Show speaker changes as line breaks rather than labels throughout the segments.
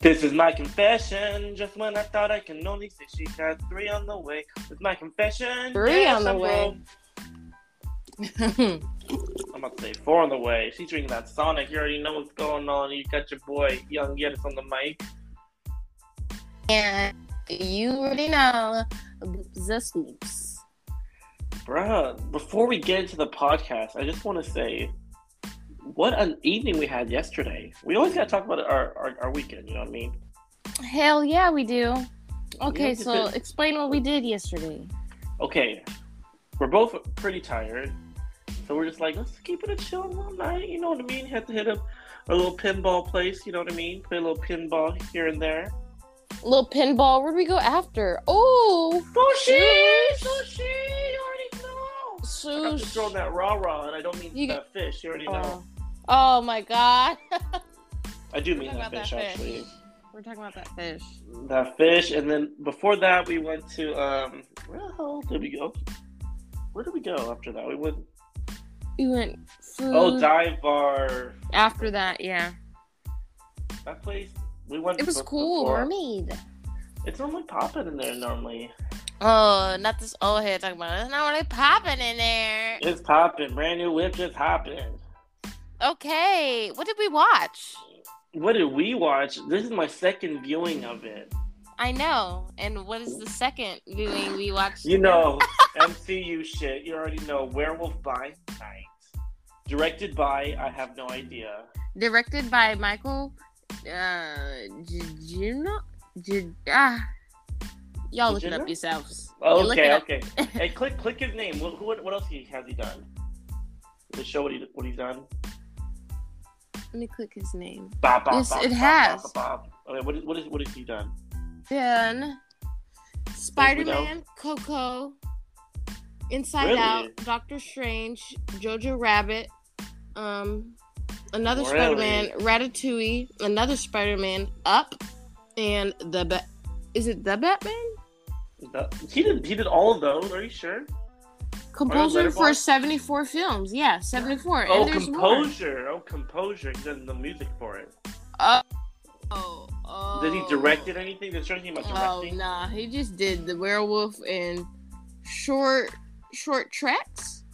This is my confession. Just when I thought I can only say she got three on the way. With my confession.
Three
yes,
on the
I'm
way.
broke. I'm about to say four on the way. She's drinking that Sonic. You already know what's going on. You got your boy Young Yettis on the mic.
and you already know the scoops.
Bruh, before we get into the podcast, I just want to say what an evening we had yesterday. We always got to talk about our, our, our weekend, you know what I mean?
Hell yeah, we do. Okay,
Yeah,
so
but-
explain what we did yesterday.
Okay, we're both pretty tired. So we're just like, let's keep it a chill little night, you know what I mean? Had to hit up a little pinball place, you know what I mean? Play a little pinball here and there.
Little pinball. Where do we go after? Oh,
Sushi!
Yes.
Sushi! You already know! I got to
sushi.
throw that uh, rah rah, and I don't mean
You
that fish. You already know.
Oh. Oh my god.
I do mean
Talk
that
about
fish,
that fish.
actually.
We're talking about that fish.
That fish, and then before that, we went to um. Where the hell did we go? Where did we go after that? We went.
We went food
Oh, dive bar.
after that, yeah.
That place. We went.
It was
be-
cool,
before.
mermaid.
It's normally popping in there. Normally,
Oh, not this old head talking about. It's not really popping in there.
it's popping. Brand new whip just hopping.
Okay, what did we watch?
What did we watch? This is my second viewing of it.
I know. And what is the second viewing we watched?
You know, MCU shit. You already know. Werewolf by Night. Directed by, I have no idea.
Directed by Michael uh Gino G- ah. Y'all look it
Gugino?
up yourselves. You look
Okay,
it up.
okay. hey, click click his name. What, who- what, else he, has he done? To show what, he, what he's done.
Let me click his name.
Bop, bop,
Yes,
bop,
it
bop,
has.
Bop, bop, bop. Okay, what is, what is what has he done?
Then Spider Man, Coco, Inside
Really?
Out, Doctor Strange, Jojo Rabbit, um, another
Really?
Spider Man, Ratatouille, another Spider Man, Up, and the Bat. Is it the Batman?
The- he did he did all of those. Are you sure?
Composer for
Letterboxd?
seventy four films. Yeah, seventy four.
oh,
and there's more.
composure. Oh, composure. He did the music for it.
Oh, oh.
Did he direct it anything? Did he anything about
Oh
directing?
nah, he just did the werewolf and short short tracks.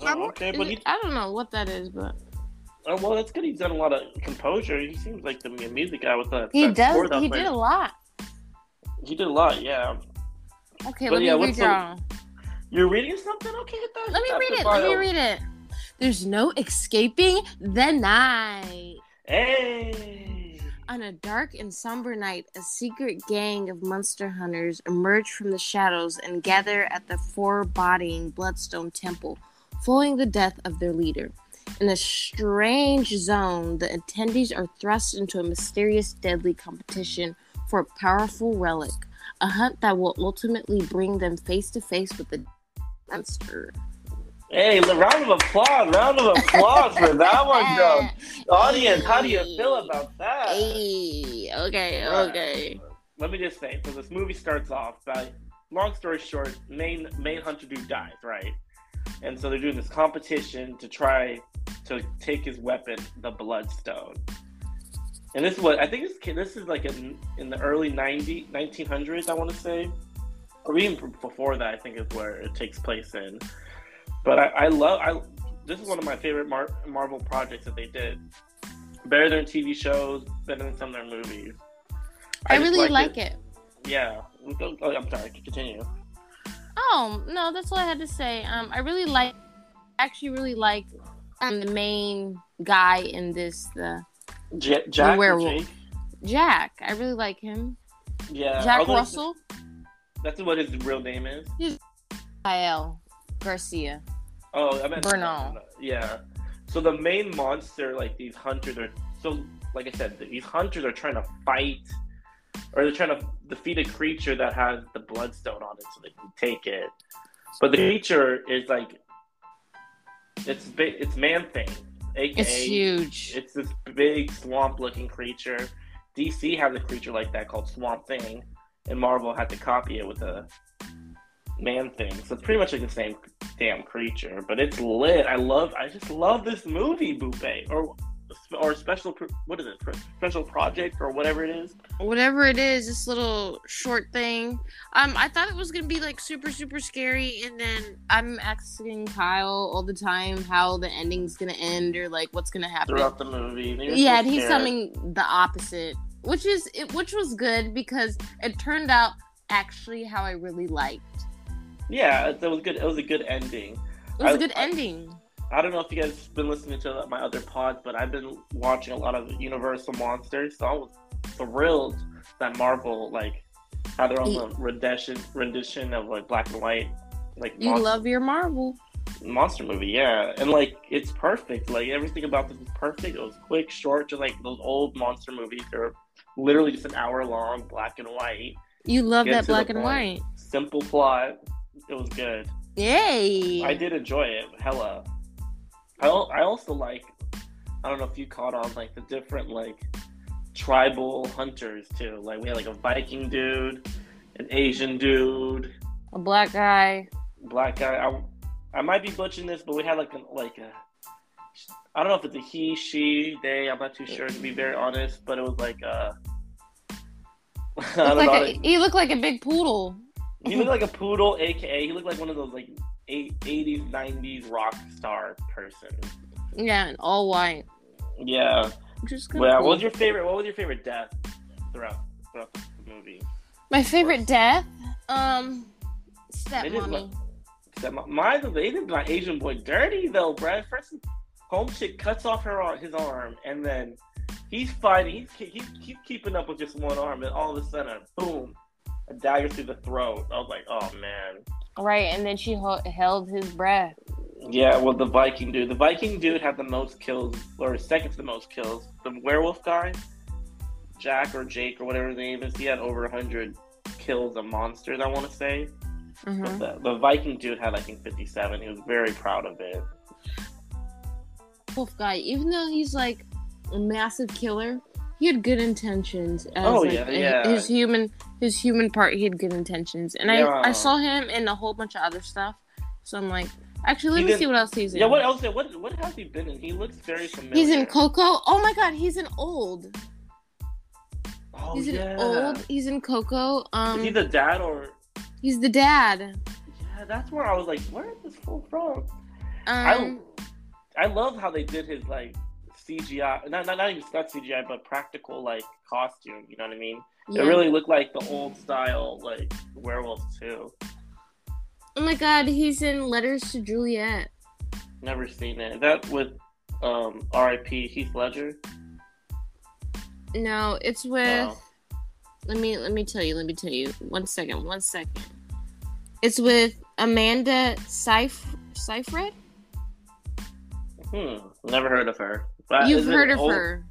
Oh, okay, but he-
I don't know what that is, but
Oh, well, that's good. He's done a lot of composure. He seems like the mu- music guy with that.
he
that
does.
score that
He
played.
did a lot.
He did a lot. Yeah.
Okay,
But
let
yeah,
me read
what's the-
y'all.
You're reading something? Okay, hit that.
Let me
hit
read
that
it. Let me
bio.
read it. There's no escaping the night.
Hey.
On a dark and somber night, a secret gang of monster hunters emerge from the shadows and gather at the foreboding Bloodstone Temple, following the death of their leader. In a strange zone, the attendees are thrust into a mysterious, deadly competition for a powerful relic, a hunt that will ultimately bring them face to face with the monster.
Hey, l- round of applause, round of applause for that one, bro. Audience, how do you feel about that?
Hey, okay,
Right.
okay.
Let me just say, so this movie starts off by, long story short, main main hunter dude dies, right? And so they're doing this competition to try to take his weapon, the Bloodstone. And this is what I think this ki- this is like in, in the early 90, 1900s, I want to say, or even b- before that. I think is where it takes place in. But I, I love I. This is one of my favorite Mar- Marvel projects that they did. Better than TV shows, better than some of their movies.
I,
just
really like it.
Yeah. Oh, I'm sorry. Continue.
Oh no, that's all I had to say. Um, I really like, actually, really like, um, the main guy in this, the
J- Jack. or
werewolf.
Jake?
Jack. I really like him.
Yeah.
Jack
although it's-
Russell,
That's what his real name is.
Kyle Garcia.
Oh, I meant
Bernal.
Yeah. So the main monster, like these hunters are so like I said, these hunters are trying to fight or they're trying to defeat a creature that has the bloodstone on it so they can take it. But the creature is like it's ba- it's man thing. AKA
It's huge.
it's this big swamp looking creature. DC has a creature like that called Swamp Thing, and Marvel had to copy it with a man thing. So it's pretty much like the same damn creature, but it's lit. I love I just love this movie, Bupe. Or or special pr- what is it Pr- special project or whatever it is
whatever it is, this little short thing. Um, I thought it was gonna be like super, super scary, and then I'm asking Kyle all the time how the ending's gonna end or like what's gonna happen.
throughout the movie. And you're
yeah,
so
and he's
scared.
telling the opposite, which is it, which was good because it turned out actually how I really liked.
Yeah, it, it was good. It was a good ending.
It was a
I-
good
I-
ending.
I don't know if you guys have been listening to my other pods, but I've been watching a lot of Universal monsters. So I was thrilled that Marvel like had their own
You-
little rendition rendition of like black and white like
You
monster,
love your Marvel.
monster movie. Yeah, and like it's perfect. Like everything about this is perfect. It was quick, short, just like those old monster movies. They're literally just an hour long, black and white,
You love
Get
that
to the
black and
point.
white.
simple plot. It was good.
Yay!
I did enjoy it, hella. I, al- I also like, I don't know if you caught on, like the different like tribal hunters too. Like we had like a Viking dude, an Asian dude,
A black guy.
black guy. I, I might be butchering this, but we had like a, like a, I don't know if it's a he, she, they. I'm not too sure to be very honest, but it was like a. I don't
Looked
know.
like
like-
a, he looked like a big poodle.
he looked like a poodle, aka he looked like one of those like eight, 80s, 90s rock star person.
Yeah, and all white.
Yeah.
Just kinda
Well,
cool.
what was your favorite? What was your favorite death throughout throughout the movie?
My favorite death? Um,
They didn't
stepmommy.
look- That my, my they did my Asian boy dirty though, bruh. First, home chick cuts off her ar- his arm, and then he's fighting. He's he, he keep keeping up with just one arm, and all of a sudden, boom, a dagger through the throat. I was like, oh man.
Right, and then she ho- held his breath.
Yeah, well, the Viking dude. The Viking dude had the most kills, or second to the most kills. The werewolf guy, Jack or Jake or whatever his name is, he had over 100 kills of monsters, I want to say.
Mm-hmm.
But the, the Viking dude had, I think, 57. He was very proud of it.
Wolf guy, even though he's like a massive killer, he had good intentions. As,
Oh,
like,
yeah,
a-
yeah.
His human, his human part, he had good intentions, and
Yeah.
I, I saw him in a whole bunch of other stuff. So I'm like, actually, let
He
me
did-
see what else he's in.
Yeah, what else? What what has he been in? He looks very familiar.
He's in Coco. Oh my God, he's in Old.
Oh,
he's in
yeah.
Old. He's in Coco. Um,
Is he the dad or?
he's the dad.
Yeah, that's where I was like, where is this fool from? I,
Um,
I love how they did his like CGI, not, not not even not CGI, but practical like costume. You know what I mean?
yeah.
It really looked like the old style like werewolves too.
Oh my God, he's in Letters to Juliet.
Never seen it. Is that with um, R.I.P. Heath Ledger?
No, it's with.
Oh.
Let me let me tell you. Let me tell you. One second. One second. It's with Amanda Seyf- Seyfried.
Hmm, never heard of her. But
You've
Uh, is it
heard of
old-
her.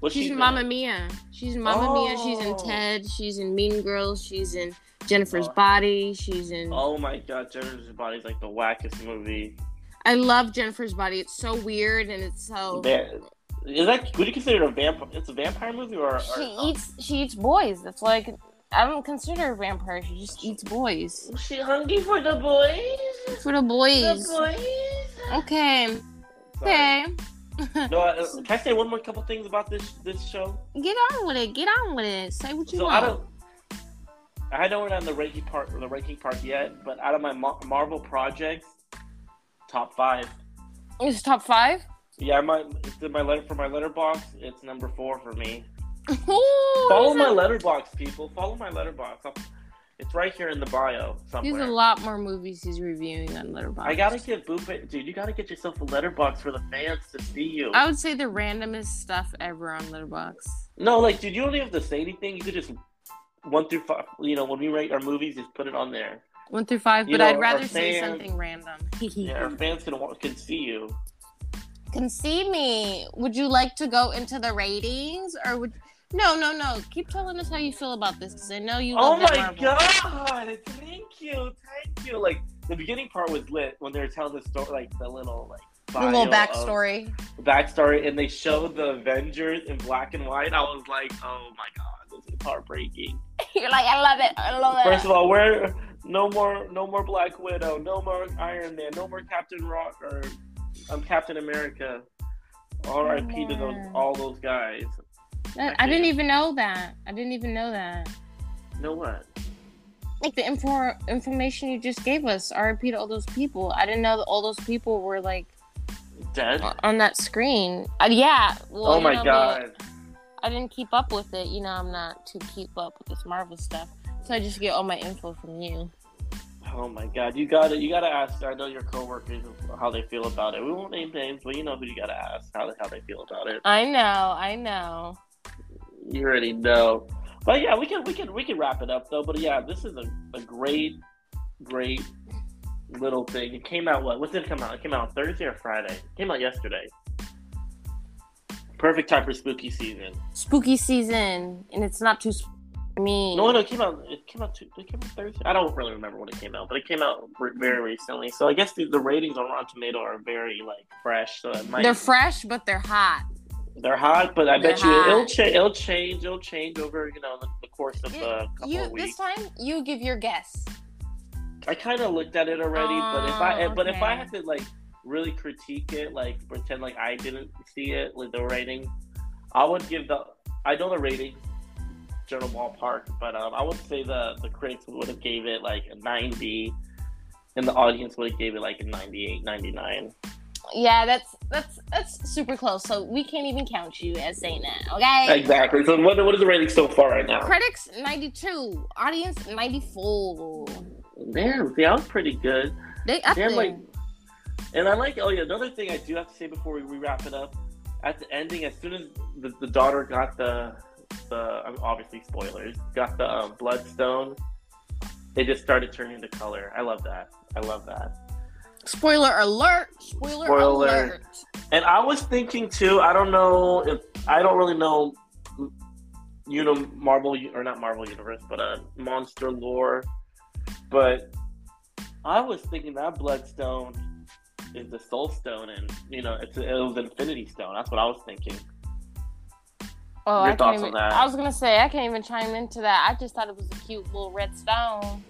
What's
She's
she
in
been
Mamma Mia. She's in Mamma Mia. She's in
Oh.
Ted. She's in Mean Girls. She's in Jennifer's
Oh.
Body. She's in.
Oh my god, Jennifer's Body's like the wackest movie.
I love Jennifer's Body. It's so weird and it's so.
Va- Is that would you consider it a vampire? It's a vampire movie or, or
She eats. She eats boys. That's like. I don't consider her a vampire. She just eats boys.
She hungry for the boys.
For the boys.
boys.
Okay.
Sorry.
Okay.
No, I, uh, can I say one more couple things about this this show?
Get on with it. Get on with it. Say what you
So out
want.
of, I know we're not in the ranking part, the ranking part yet, but out of my Mar- Marvel projects, top five.
It's top five.
Yeah, my it's in my letter for my letterbox. It's number four for me.
Ooh,
Follow
he's
my
a-
letterbox, people. Follow my letterbox. I'll- It's right here in the bio
He's a
somewhere.
lot more movies he's reviewing on Letterboxd.
I gotta get Boop, dude. You gotta get yourself a letterbox for the fans to see you.
I would say the randomest stuff ever on Letterboxd.
No, like, dude, you don't even have to say anything. You could just one through five. You know, when we rate our movies, just put it on there.
One through five,
You
but
know,
I'd
our
rather say
fans-
something random.
Yeah, our fans can wa- can see you.
Can see me. Would you like to go into the ratings, or would? No, no, no. Keep telling us how you feel about this, because I know you.
Oh
love that
my
Marvel.
god! Thank you, thank you. Like the beginning part was lit when they were telling the story, like the little like
The
bio
little
of-
backstory.
backstory and they showed the Avengers in black and white, I was like, oh my god, this is heartbreaking.
You're like, I love it. I love it.
First of all, we're no more, no more Black Widow, no more Iron Man, no more Captain Rock or um, Captain America. R.I.P. to those
Yeah.
all those guys.
That, I didn't even know that. I didn't even know that.
Know what?
Like the info- information you just gave us, RIP to all those people. I didn't know that all those people were like
Dead.
o- on that screen. Uh, yeah. Well,
oh
you know,
my
I'm
god.
not- I didn't keep up with it. You know, I'm not to keep up with this Marvel stuff. So I just get all my info from you.
Oh my god. You gotta you gotta ask I know your coworkers how they feel about it. We won't name names, but you know who you gotta ask how how they feel about it.
I know. I know.
You already know. But yeah, we can we can we can wrap it up though. But yeah, this is a, a great, great little thing. It came out what? When did it come out? It came out Thursday or Friday. It came out yesterday. Perfect time for spooky season.
Spooky season, and it's not too sp- mean.
No, no, it came out. It came out. Two, it came out Thursday. I don't really remember when it came out, but it came out re- very recently. So I guess the, the ratings on Rotten Tomato are very like fresh. So it might,
They're
they're
fresh, but they're hot.
hot, but I
They're
bet you it'll
hot.
change. It'll change. It'll change over you know the, the course of uh,
Yeah,
a couple
You
of weeks.
this time you give your guess.
I kind of looked at it already, but if I
Oh,
but if I
okay.
had to like really critique it, like pretend like I didn't see it with the ratings, I would give the I know the ratings general ballpark, but um, I would say the the critics would have gave it like a ninety, and the audience would have gave it like a 98, 99.
Yeah, that's that's that's super close. So we can't even count you as saying that. Okay.
Exactly. So what what is the rating so far right now?
Critics ninety two, audience ninety four.
Damn, see, I was pretty good.
They up
Damn,
there.
like, and I like. Oh yeah, another thing I do have to say before we, we wrap it up, at the ending, as soon as the, the daughter got the the I'm obviously spoilers got the um, bloodstone, it just started turning into color. I love that. I love that.
Spoiler alert! Spoiler,
Spoiler.
alert!
And I was thinking too. I don't know if I don't really know, you know, Marvel or not Marvel universe, but uh, monster lore. But I was thinking that bloodstone is the soul stone, and you know, it's it was infinity stone. That's what I was thinking. Your
Oh, I can't
thoughts on
even,
that?
I was gonna say I can't even chime into that. I just thought it was a cute little red stone.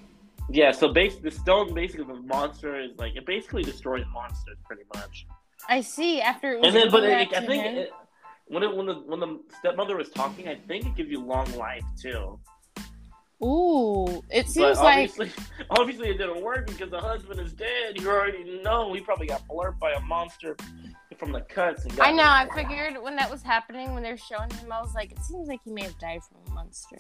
Yeah, so base the stone basically the monster is like it basically destroys monsters pretty much.
I see. After it was
And then, but
brought
it,
to
I think
him.
it, when it, when the when the stepmother was talking, I think it gives you long life too.
ooh, it
But
seems like
obviously, obviously it didn't work because the husband is dead. You already know he probably got blurred by a monster from the cuts. And got-
I know. I figured when that was happening, when they were showing him, I was like, it seems like he may have died from a monster.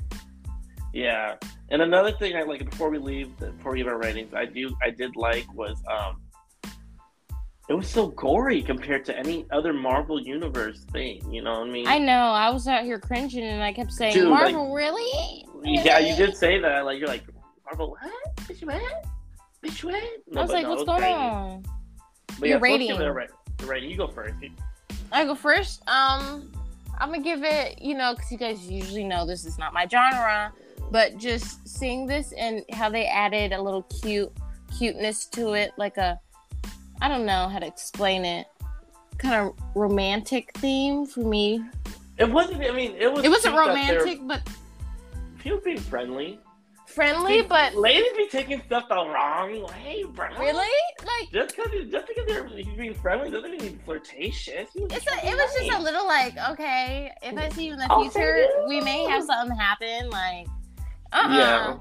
Yeah, and another thing I like before we leave, before we give our ratings, I do I did like was um, it was so gory compared to any other Marvel universe thing. You know what I mean?
I know. I was out here cringing, and I kept saying,
Dude, like-
Marvel, really?
Yeah, you did say that. Like you're like Marvel, what? Bitch, what? Bitch, what? No,
I was
but
like,
no,
what's
it
going
crazy.
on?
But yeah, so
Your
let's give
rating.
it a ra- the rating. You go first.
I go first. Um, I'm gonna give it, you know, because you guys usually know this is not my genre, but just seeing this and how they added a little cute cuteness to it, like a, I don't know how to explain it, kind of romantic theme for me.
It wasn't. I mean, it was.
It wasn't
cute that they're-
romantic, but
She was being friendly.
friendly,
See,
but
ladies be taking stuff the wrong way, bro.
really, like
Just because just because they're he's being friendly doesn't mean he's flirtatious. He was
it's
just
a, it was just a
nice.
little like, okay, if I see you in the
I'll see
future,
you.
we may have something happen. Like, uh, uh
Yeah.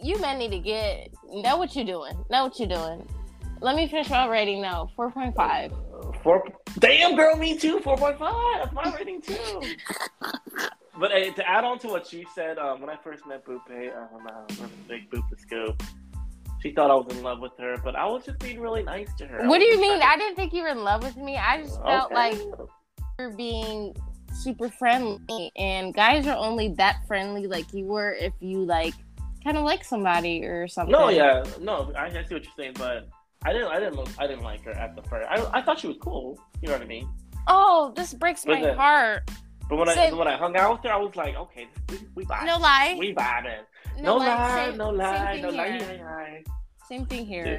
you men need to get know what you're doing. Know what you're doing. Let me finish my rating though. Four point five.
Four. Damn, girl, me too. Four point five. That's my rating too. but uh, to add on to what she said, um, when I first met Boopay, um, uh, Big Boop the Scoop, she thought I was in love with her, but I was just being really nice to her. I
What do
was
you mean?
just-
I didn't think you were in love with me. I just felt
Okay.
like you're being super friendly, and guys are only that friendly like you were if you like kind of like somebody or something.
No, yeah, no, I, I see what you're saying, but I didn't, I didn't, look, I didn't like her at the first. I, I thought she was cool. You know what I mean?
Oh, this breaks
But
my
the-
heart.
But when I
Same.
when I hung out with her, I was like, okay, we, we vibing.
No lie.
we vibing. No,
lie,
lie,
same-
no lie,
Same
no
thing
lie,
here.
yeah, yeah,
Same thing
yeah.
here.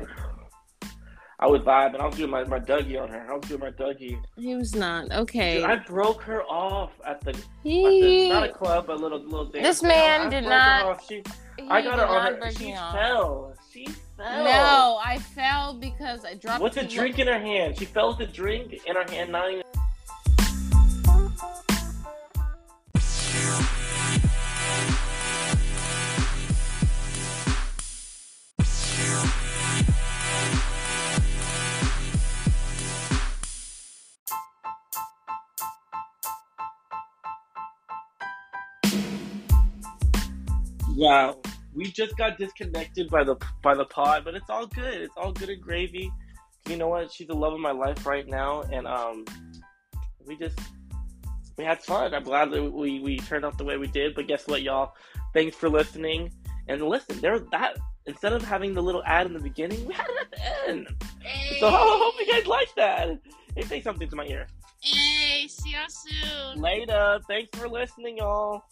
Dude, I was vibing. I was doing my, my Dougie on her. I was doing my Dougie.
He was not
Dude,
okay.
I broke her off at the, at the
he,
not a club, but a little little dance.
This
now.
man
I
did
broke her
not-
off. She,
he
I got
did
her
not
on her.
break
She
me off.
fell. She fell.
No,
Oh.
I fell because I dropped.
What's a
too
drink in her hand? She fell with a drink in her hand. Not even.
much.
Wow. We just got disconnected by the by the pod, but it's all good. It's all good and gravy. You know what? She's the love of my life right now, and um, we just we had fun. I'm glad that we we turned out the way we did. But guess what, y'all? Thanks for listening. And listen, there that instead of having the little ad in the beginning, we had it at the end.
Hey.
So I hope you guys like that. It say something to my ear.
Hey, see y'all soon.
Later. Thanks for listening, y'all.